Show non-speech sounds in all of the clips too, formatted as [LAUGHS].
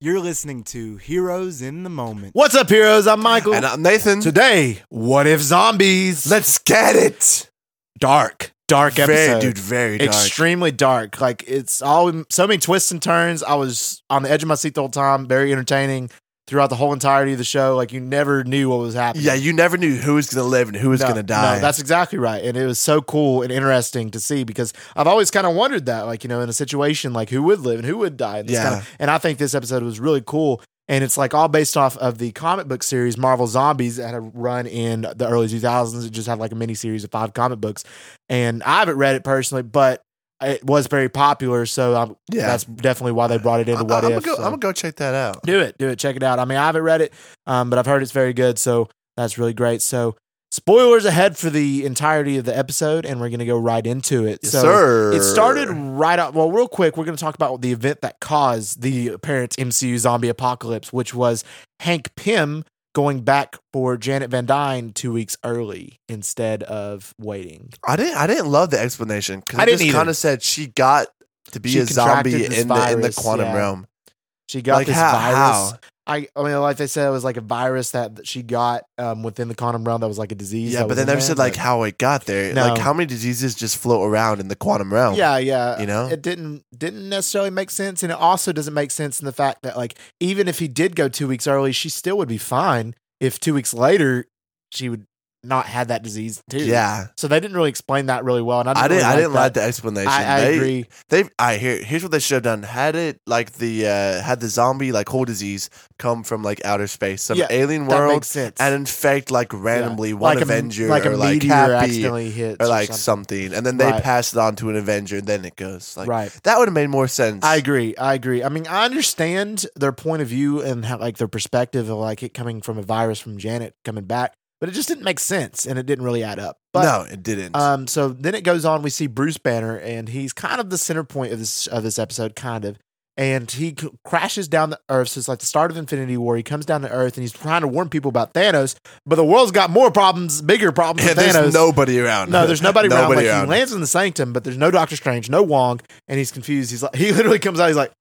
You're listening to Heroes in the Moment. What's up, heroes? I'm Michael. And I'm Nathan. Today, what if zombies? Let's get it. dark, dark Very, episode, dude, very dark. Extremely dark. Like it's all so many twists and turns. I was on the edge of my seat the whole time. Very entertaining throughout the whole entirety of the show. Like you never knew what was happening. Yeah, you never knew who was going to live and who was No, going to die. No, that's exactly right. And it was so cool and interesting to see because I've always kind of wondered that, like, you know, in a situation like who would live and who would die. And, this Yeah. kinda- and I think this episode was really cool. And it's like all based off of the comic book series Marvel Zombies that had a run in the early 2000s. It just had like a mini series of five comic books. And I haven't read it personally, but it was very popular. So I'm, yeah. that's definitely why they brought it into What I'm If. Gonna go, so. I'm going to go check that out. Do it. Do it. Check it out. I mean, I haven't read it, um, but I've heard it's very good. So that's really great. So spoilers ahead for the entirety of the episode, and we're going to go right into it. Yes, so sir. it started right out. Well, real quick, we're going to talk about the event that caused the apparent MCU zombie apocalypse, which was Hank Pym going back for Janet Van Dyne two weeks early instead of waiting. I didn't. I didn't love the explanation because I it didn't just either. kind of said she got to be She a zombie contracted this in the in the virus, quantum yeah. realm. She got like this how? virus. how? I, I mean, like they said, it was like a virus that that she got um, within the quantum realm that was like a disease. Yeah, that but was they in never there, said like but- how it got there. No. Like how many diseases just float around in the quantum realm? Yeah, yeah. Oh, you know? it didn't didn't necessarily make sense, and it also doesn't make sense in the fact that like even if he did go two weeks early, she still would be fine. If two weeks later, she would not had that disease too. Yeah. So they didn't really explain that really well, and I didn't. I didn't. really I didn't like that. the explanation. I, I They- agree. They, I here. Here's what they should have done. Had it like the uh had the zombie like whole disease come from like outer space, some Yeah, alien That world, makes sense. and infect like randomly Yeah. one Like a- Avenger like a or like meteor Happy accidentally hits or like something. something, and then they Right. pass it on to an Avenger, and then it goes like right. that would have made more sense. I agree. I agree. I mean, I understand their point of view and how, like their perspective of like it coming from a virus from Janet coming back, but it just didn't make sense and it didn't really add up. But no, it didn't. um, so then it goes on. We see Bruce Banner, and he's kind of the center point of this of this episode, kind of. And he c- crashes down the Earth. So it's like the start of Infinity War. He comes down to Earth, and he's trying to warn people about Thanos. But the world's got more problems, bigger problems. [LAUGHS] and than Thanos. there's nobody around. No, there's nobody, around. Like, He lands in the sanctum, but there's no Doctor Strange, no Wong, and he's confused. He's like, [LAUGHS] he literally comes out. He's like,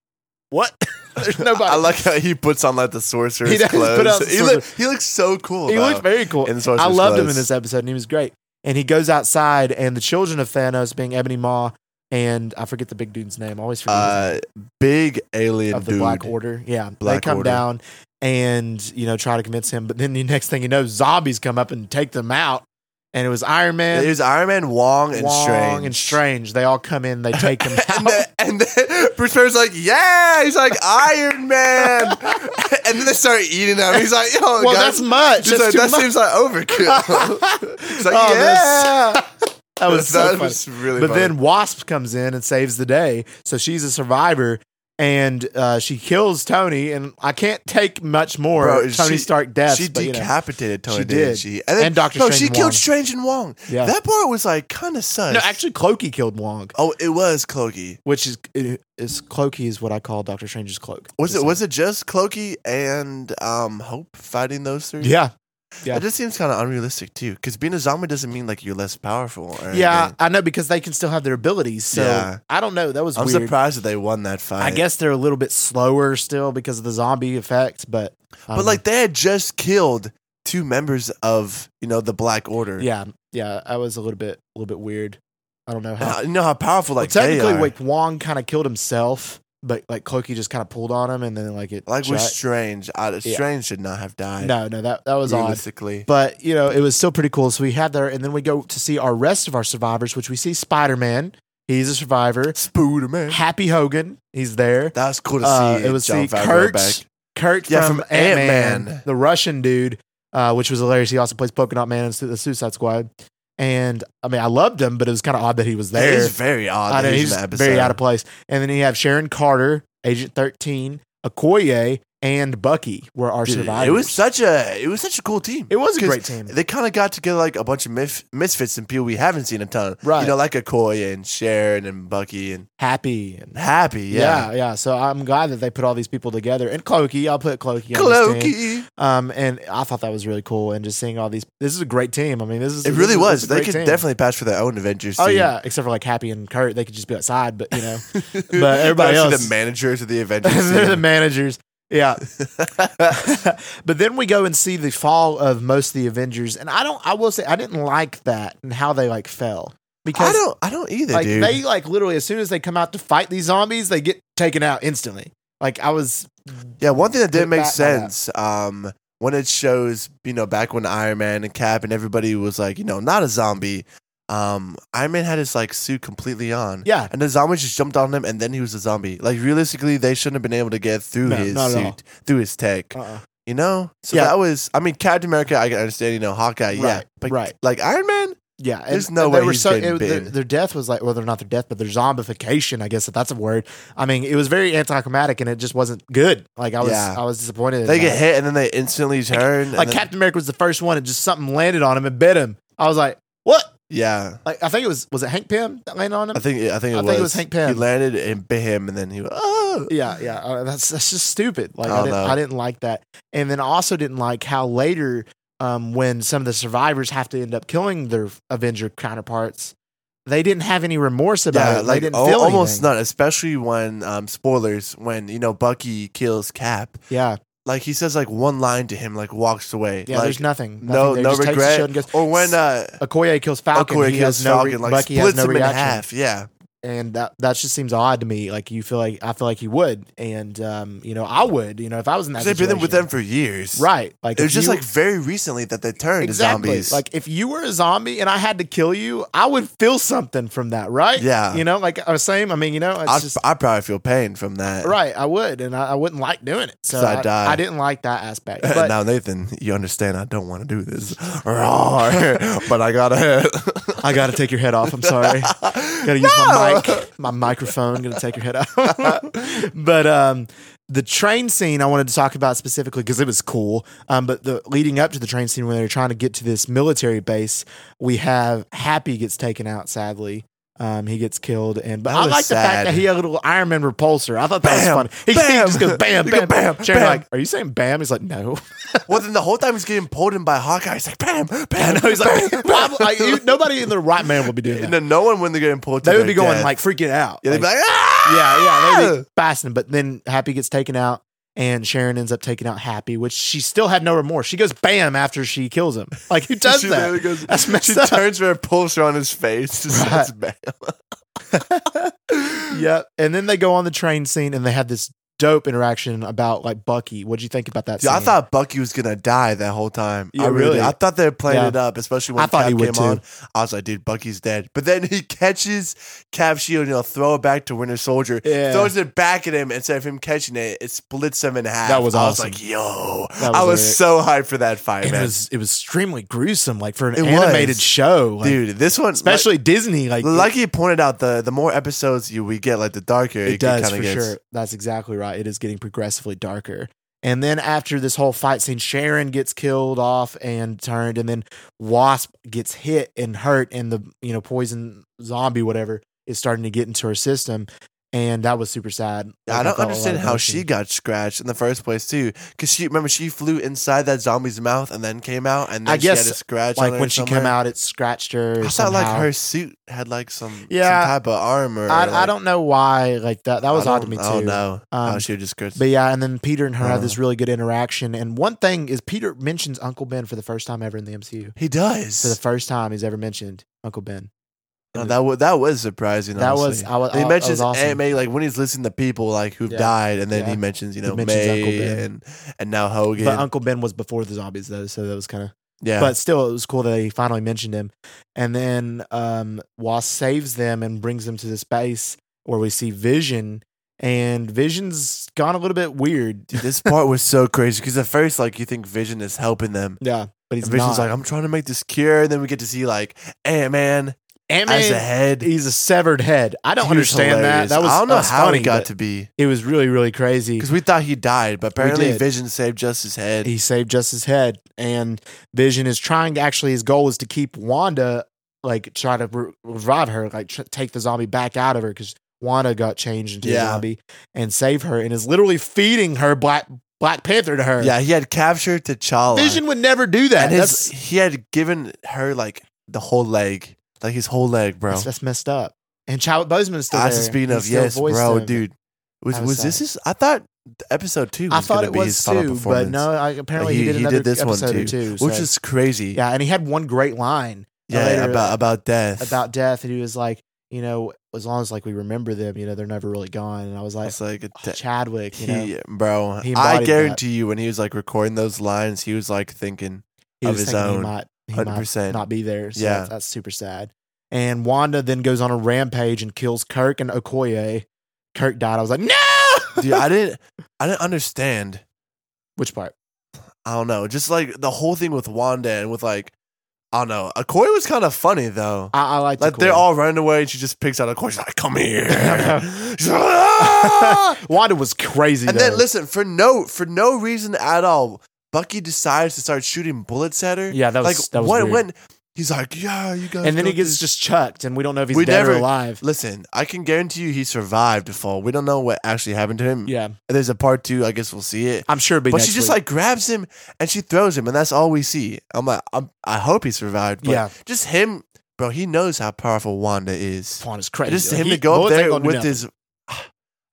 "What? [LAUGHS] [LAUGHS] there's nobody." I like how he puts on like the sorcerer's He does put clothes. on the he, look, he looks so cool. he though. looks very cool. in the Sorcerer's I loved him in Clothes. this episode, and he was great. And he goes outside, and the children of Thanos, being Ebony Maw, and I forget the big dude's name. I always forget his name. uh, big alien of the dude. Black Order. Yeah, they Black come Order. down and you know try to convince him, but then the next thing you know, zombies come up and take them out. And it was Iron Man, There's Iron Man, Wong, and Wong, Strange. and Strange. They all come in, they [LAUGHS] take them out. And then, and then [LAUGHS] Bruce Banner's like, yeah. He's like Iron Man, [LAUGHS] and then they start eating him. He's like, oh, well, guys, that's much. He's That's like, too that much. seems like [LAUGHS] overkill. He's like, Oh, yeah. that's- [LAUGHS] that was so [LAUGHS] that funny. was really. but funny. then Wasp comes in and saves the day. So she's a survivor and uh, she kills Tony. And I can't take much more Bro, Tony she- Stark death. she but, you know. decapitated Tony, she didn't did. she? And Dr. No, Strange she and Wong. killed Strange and Wong. Yeah. That part was like kind of sus. no, actually, Cloaky killed Wong, Oh, it was Clokey. which is is Cloaky is what I call Doctor Strange's cloak. Was it was it just Clokey and um Hope fighting those three? Yeah, yeah. It just seems kind of unrealistic too, because being a zombie doesn't mean like you're less powerful. Or yeah, anything. I know because they can still have their abilities. So Yeah. I don't know. That was I'm weird. surprised that they won that fight. I guess they're a little bit slower still because of the zombie effect, but um, I but don't know. like they had just killed two members of you know the Black Order. yeah, yeah, I was a little bit a little bit weird. I don't know And how. I- you know how powerful like well, they technically, are. like Wong kind of killed himself, but like Cloaky just kind of pulled on him, and then like it like with shut. Strange, I, Yeah. Strange should not have died. no, no, that that was odd. realistically. But you know, it was still pretty cool. So we had there, and then we go to see our rest of our survivors, which we see Spider Man. He's a survivor. Spooder man. Happy Hogan, he's there. That was cool to see. Uh, it was John see Favreau Kurt back. Kurt Yeah, from, from Ant Ant-Man. Man, the Russian dude, uh, which was hilarious. He also plays Polka Man in Su- the Suicide Squad. And I mean, I loved him, but it was kind of odd that he was That there. is very odd. I that know, he's he's in the episode. very out of place. And then you have Sharon Carter, Agent 13, Okoye, and Bucky were our Dude, survivors. It was such a it was such a cool team. It was a 'Cause great team. They kind of got together like a bunch of mif- misfits and people we haven't seen a ton. Right. You know, like Okoye and Sharon and Bucky and Happy. And, Happy. Yeah. yeah. yeah, So I'm glad that they put all these people together. And Clokey, I'll put Clokey. on this team. Clokey. Um, and I thought that was really cool. And just seeing all these, this is a great team. I mean, this is It this really is- this is was. a They great could team. definitely patch for their own Avengers. Oh team. [LAUGHS] yeah, except for like Happy and Kurt, they could just be outside. But you know, [LAUGHS] But everybody They're actually else- [LAUGHS] the managers of the Avengers. they're the team. managers. [LAUGHS] Yeah. but then we go and see the fall of most of the Avengers, and I don't. I will say I didn't like that and how they like fell because I don't. I don't either, like dude. they like literally as soon as they come out to fight these zombies, they get taken out instantly. Like I was, yeah, one thing that didn't make Back- sense. Um, when it shows, you know, back when Iron Man and Cap and everybody was like, you know, not a zombie. Um, Iron Man had his like suit completely on. yeah, And the zombies just jumped on him, and then he was a zombie. Like realistically, they shouldn't have been able to get through No, his not at all. suit, through his tech. uh-uh. You know, so Yeah. that was. I mean, Captain America, I can understand. You know, Hawkeye, yeah, Right, but right. like Iron Man, yeah. And, There's no and way they were he's so. getting It, their, bitten. their death was like, well, they're not their death, but their zombification. I guess if that's a word. I mean, it was very anticlimactic, and it just wasn't good. Like I was, Yeah. I was disappointed. in they that. get hit and then they instantly turn. and Like then- Captain America was the first one, and just something landed on him and bit him. I was like, what? yeah, Like I think it was was it Hank Pym that landed on him? I think I think it I was. think it was Hank Pym. He landed and bit him, and then he was oh yeah, yeah. Uh, that's that's just stupid. Like I I, don't didn't, know. I didn't like that, and then I also didn't like how later, um, when some of the survivors have to end up killing their Avenger counterparts, they didn't have any remorse about yeah, it. like they didn't al- feel almost anything. not. Especially when um spoilers when you know Bucky kills Cap. Yeah, Like he says like one line to him, like walks away. yeah. like, there's nothing. nothing no there. no Just takes the regret. shield and goes- or when uh, Okoye kills Falcon. Okoye he kills has no re- Falcon, like Bucky has splits no him in reaction. half. Yeah, and that that just seems odd to me. Like you feel like I feel like he would, and um, you know, I would. You know, if I was in that, they've been with them situation. for years. right? Like It was if just you- like very recently that they turned exactly. to zombies. Like if you were a zombie and I had to kill you, I would feel something from that, right? Yeah. You know, like I was saying, I mean, you know, it's I'd, just I'd probably feel pain from that. [LAUGHS] right. I would, and I, I wouldn't like doing it. So 'Cause I'd I, die. I didn't like that [LAUGHS] aspect. But now, Nathan, you understand I don't want to do this. [LAUGHS] Roar. [LAUGHS] but I gotta. I got to take your head off. I'm [LAUGHS] sorry. Gotta use my mic, my microphone. Gonna take your head off. [LAUGHS] but um, the train scene I wanted to talk about specifically because it was cool. Um, but the leading up to the train scene when they're trying to get to this military base, we have Happy gets taken out. Sadly, um, he gets killed. And but That I was like the fact sad. that he had a little Iron Man repulsor. I thought that Bam, was funny. He, [LAUGHS] he bam. just goes bam, You go bam, bam. bam, bam. bam. like, are you saying bam? He's like, [LAUGHS] no. Well, then the whole time he's getting pulled in by Hawkeye. He's like, bam, bam. no [LAUGHS] he's like, [LAUGHS] bam, "Why- like, you- nobody in their right man would be doing [LAUGHS] And that. then no one when they're getting pulled. To They would their be going death. like freaking out. yeah, they'd Like, be like, [LAUGHS] ah! Yeah, yeah, they'd be fascinating. But then Happy gets taken out, and Sharon ends up taking out Happy, which she still had no remorse. She goes bam after she kills [LAUGHS] him. Like who does she that? literally Goes, That's messed she up. turns her and pulls her on his face. [LAUGHS] Just Right. says, bam. Yep. And then they go on the train scene, and they have this dope interaction about like Bucky. What'd you think about that? Dude, I scene? thought Bucky was gonna die that whole time. Yeah, I really, really? I thought they were playing Yeah. it up, I especially when thought Cap he would came too. on. I was like, dude, Bucky's dead. But then he [LAUGHS] catches Cap's shield and he'll throw it back to Winter Soldier. Yeah. Throws it back at him instead of him catching it, it splits him in half. That was awesome. I was like, yo. That was I was lit. so hyped for that fight, And it man. was it was extremely gruesome, like for an It animated was. show, like, dude, this one Especially Disnny, like Like, Lucky pointed out the the more episodes you we get, like the darker it, it, does kind for of gets. sure. That's exactly right. It is getting progressively darker. And then after this whole fight scene, Sharon gets killed off and turned, and then Wasp gets hit and hurt, and the you know poison zombie whatever is starting to get into her system, and that was super sad. Like, I don't felt a lot understand of how emotion. she got scratched in the first place too, because she remember she flew inside that zombie's mouth and then came out, and then I she guess, had a scratch. like on her when she came somewhere. out, it scratched her. I thought like her suit had like some Yeah. some type of armor. I, I like- don't know why like that. That was I odd to don't- me too. I don't know. oh, Um, she was just scratched. But yeah, and then Peter and her have Uh. this really good interaction. And one thing is, Peter mentions Uncle Ben for the first time ever in the MCU. He for the does. first time he's ever mentioned Uncle Ben. No, that was that was surprising. That was honestly. I was. I, He I mentions was awesome. Aunt May like when he's listening to people like who've Yeah. died, and then Yeah. he mentions you He know mentions Uncle May Ben. and and now Hogan. But Uncle Ben was before the zombies though, so that was kind of. yeah, But still, it was cool that he finally mentioned him. And then um, Wasp saves them and brings them to this base where we see Vision, and Vision's gone a little bit weird. Dude, this part was so crazy because at first like you think Vision is helping them. Yeah, but he's And Vision's not. like, I'm trying to make this cure, and then we get to see like Ant Man Ant-Man, as "Oh, a head. he's a severed head. I don't He was understand that. hilarious. That was I don't know that was how funny, he got but to be It was really really crazy. because we thought he died, but apparently did. Vision saved just his head. He saved just his head, and Vision is trying to actually. His goal is to keep Wanda, like try to re- revive her, like tr- take the zombie back out of her because Wanda got changed into Yeah. a zombie and save her, and is literally feeding her Black Black Panther to her. yeah, he had captured T'Challa. Vision would never do that. and his, that's, he had given her like the whole leg, like his whole leg, bro. that's that's messed up. And Chadwick Boseman is still I there. was speaking He of still yes, voiced bro, him. dude. Was I was was this sad. his? I thought episode two I was thought going it to be his was final too, performance. but no, I, apparently he, He- did he another did this one episode or too, two, which so- is crazy. yeah, and he had one great line Yeah, later, about uh, about death. about death, and he was like, you know, as long as like we remember them, you know, they're never really gone. And I was like, it's like a oh, de- Chadwick, you know, he, bro. he I embodied that. guarantee you, when he was like recording those lines, he was like thinking, he of was his thinking he own, might, he might 100%. not be there. So Yeah. that's, that's super sad. And Wanda then goes on a rampage and kills Kirk and Okoye. Kirk died. I was like, no. [LAUGHS] "Dude, I didn't, I didn't understand." [LAUGHS] Which part? I don't know. Just like the whole thing with Wanda and with like, I don't know. Okoye was kind of funny though. I, I liked Like they're Okoye. all running away, and she just picks out Okoye. She's like, [LAUGHS] "Come here." [LAUGHS] She's like, "Ah!" Wanda was crazy. and though. then listen for no for no reason at all. Bucky decides to start shooting bullets at her. yeah, that was like that was what weird. when he's like, "Yeah, you guys." and then he got gets this." just chucked, and we don't know if he's We dead or never- alive. Listen, I can guarantee you he survived the fall. We don't know what actually happened to him. Yeah, There's a part two. I guess we'll see it. I'm sure. It'll be But next she just week. like grabs him and she throws him, and that's all we see. I'm like, I'm, I hope he survived. But yeah, just him, bro. He knows how powerful Wanda is. Juan is crazy. Just Like, him he- to go up bullets ain't there gonna do with nothing. his. [SIGHS]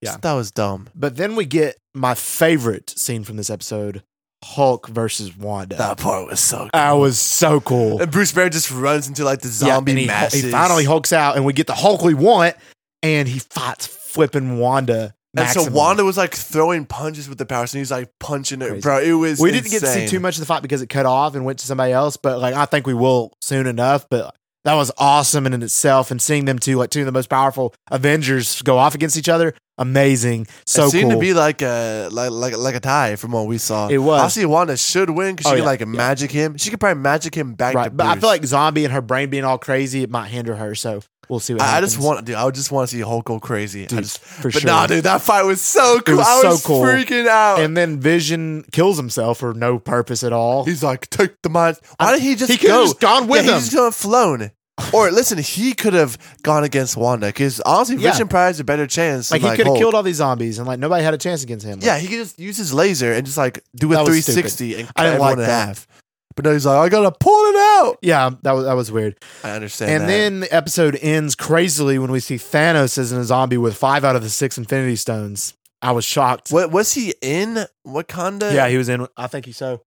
Yeah. that was dumb. But then we get my favorite scene from this episode: Hulk versus Wanda. That part was so. Cool. That was so cool. And Bruce Banner just runs into like the Yeah, zombie and he, masses. He finally hulks out, and we get the Hulk we want, and he fights flipping Wanda. And so Maximoff. Wanda was like throwing punches with the powers, and he's like punching Crazy. it, bro. It was. we didn't get to see insane. too much of the fight because it cut off and went to somebody else, but like I think we will soon enough. But that was awesome in itself, and seeing them two, like two of the most powerful Avengers, go off against each other, amazing. So it seemed cool. to be like a like like like a tie from what we saw. It was. Obviously, Wanda should win because Oh, yeah, she can like yeah. magic him. She could probably magic him back to right, but I feel Bruce. like zombie and her brain being all crazy, it might hinder her. So we'll see what I, I happens. just want, dude. I would just want to see Hulk go crazy. I Dude, just- for but sure. nah, dude, that fight was so cool. was I so was cool. freaking out. and then Vision kills himself for no purpose at all. he's like, take the mind. Why I- did he just he could go? have just gone with yeah, he him. just could have flown. or listen, he could have gone against Wanda because honestly, Yeah. Vision probably has a better chance. like than, he could have Hulk. killed all these zombies, and like nobody had a chance against him. Like, Yeah, he could just use his laser and just like do That a was stupid. 360 and I cut didn't like everyone in that. half. But no, he's like, I gotta pull it out. yeah, that was that was weird. I understand. And that. then the episode ends crazily when we see Thanos as a zombie with five out of the six Infinity Stones. I was shocked. what was he in Wakanda? Yeah, he was in. I think he so.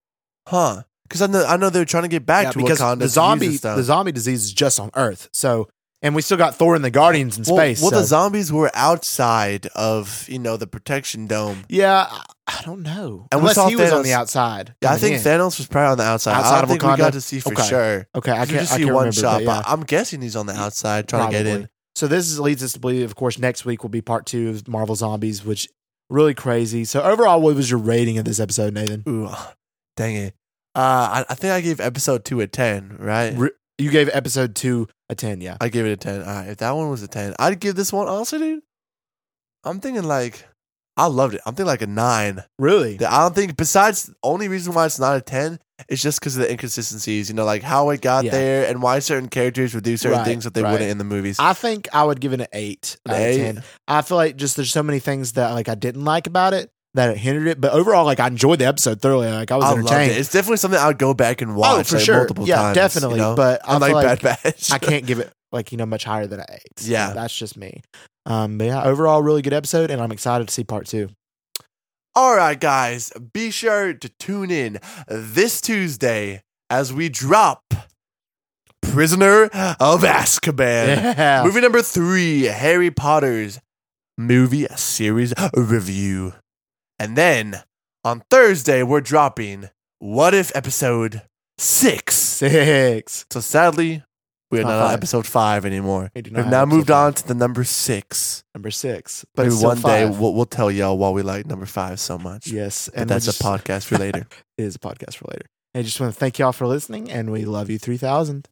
huh? Because I know I know they're trying to get back Yeah, to because Wakanda. the to zombie use the zombie disease is just on Earth. So and we still got Thor and the Guardians in well, space. Well, the so- zombies were outside of you know the protection dome. yeah, I- I don't know. And we Unless saw he was on Thanos- the outside. Yeah, I coming think in. Thanos was probably on the outside. Outside I of don't think we Wakanda? got to see for Okay. sure. Okay, I I can't, just I see can't one remember, shot, but yeah. but I'm guessing he's on the outside trying to get Probably. in. So this leads us to believe, of course, next week will be part two of Marvel Zombies, which really crazy. So overall, what was your rating of this episode, Nathan? Ooh, dang it. Uh, I, I think I gave episode two a ten, right? Re- you gave episode two a ten, yeah. I give it a ten. All right, if that one was a ten, I'd give this one honestly, dude. I'm thinking like I loved it. I'm thinking like a nine. Really? I don't think besides only reason why it's not a ten is just because of the inconsistencies. You know, like how it got Yeah. there and why certain characters would do certain Right, things that they right. wouldn't in the movies. I think I would give it an eight An out of eight? ten. I feel like just there's so many things that like I didn't like about it that it hindered it. But overall, like I enjoyed the episode thoroughly. Like I was I loved entertained. Oh, it. It's definitely something I'd go back and watch for like, sure. multiple Yeah, times. definitely, you know? but I I like feel like Bad Batch. I can't give it like you know much higher than an eight. Yeah. that's just me. Um, but yeah, overall, really good episode, and I'm excited to see part two. All right, guys, be sure to tune in this Tuesday as we drop Prisoner of Azkaban. [LAUGHS] Yeah. Movie number three, Harry Potter's movie series review. And then on Thursday, we're dropping What If episode six. Six. So sadly, we're Not not, five. on episode five anymore. We do not We've have now episode moved five. on to the number six. Number six. But But it's Maybe still one day five. we'll, we'll tell y'all why we like number five so much. yes, But and that's we just, a podcast for later. It is a podcast for later. I just want to thank y'all for listening, and we love you three thousand.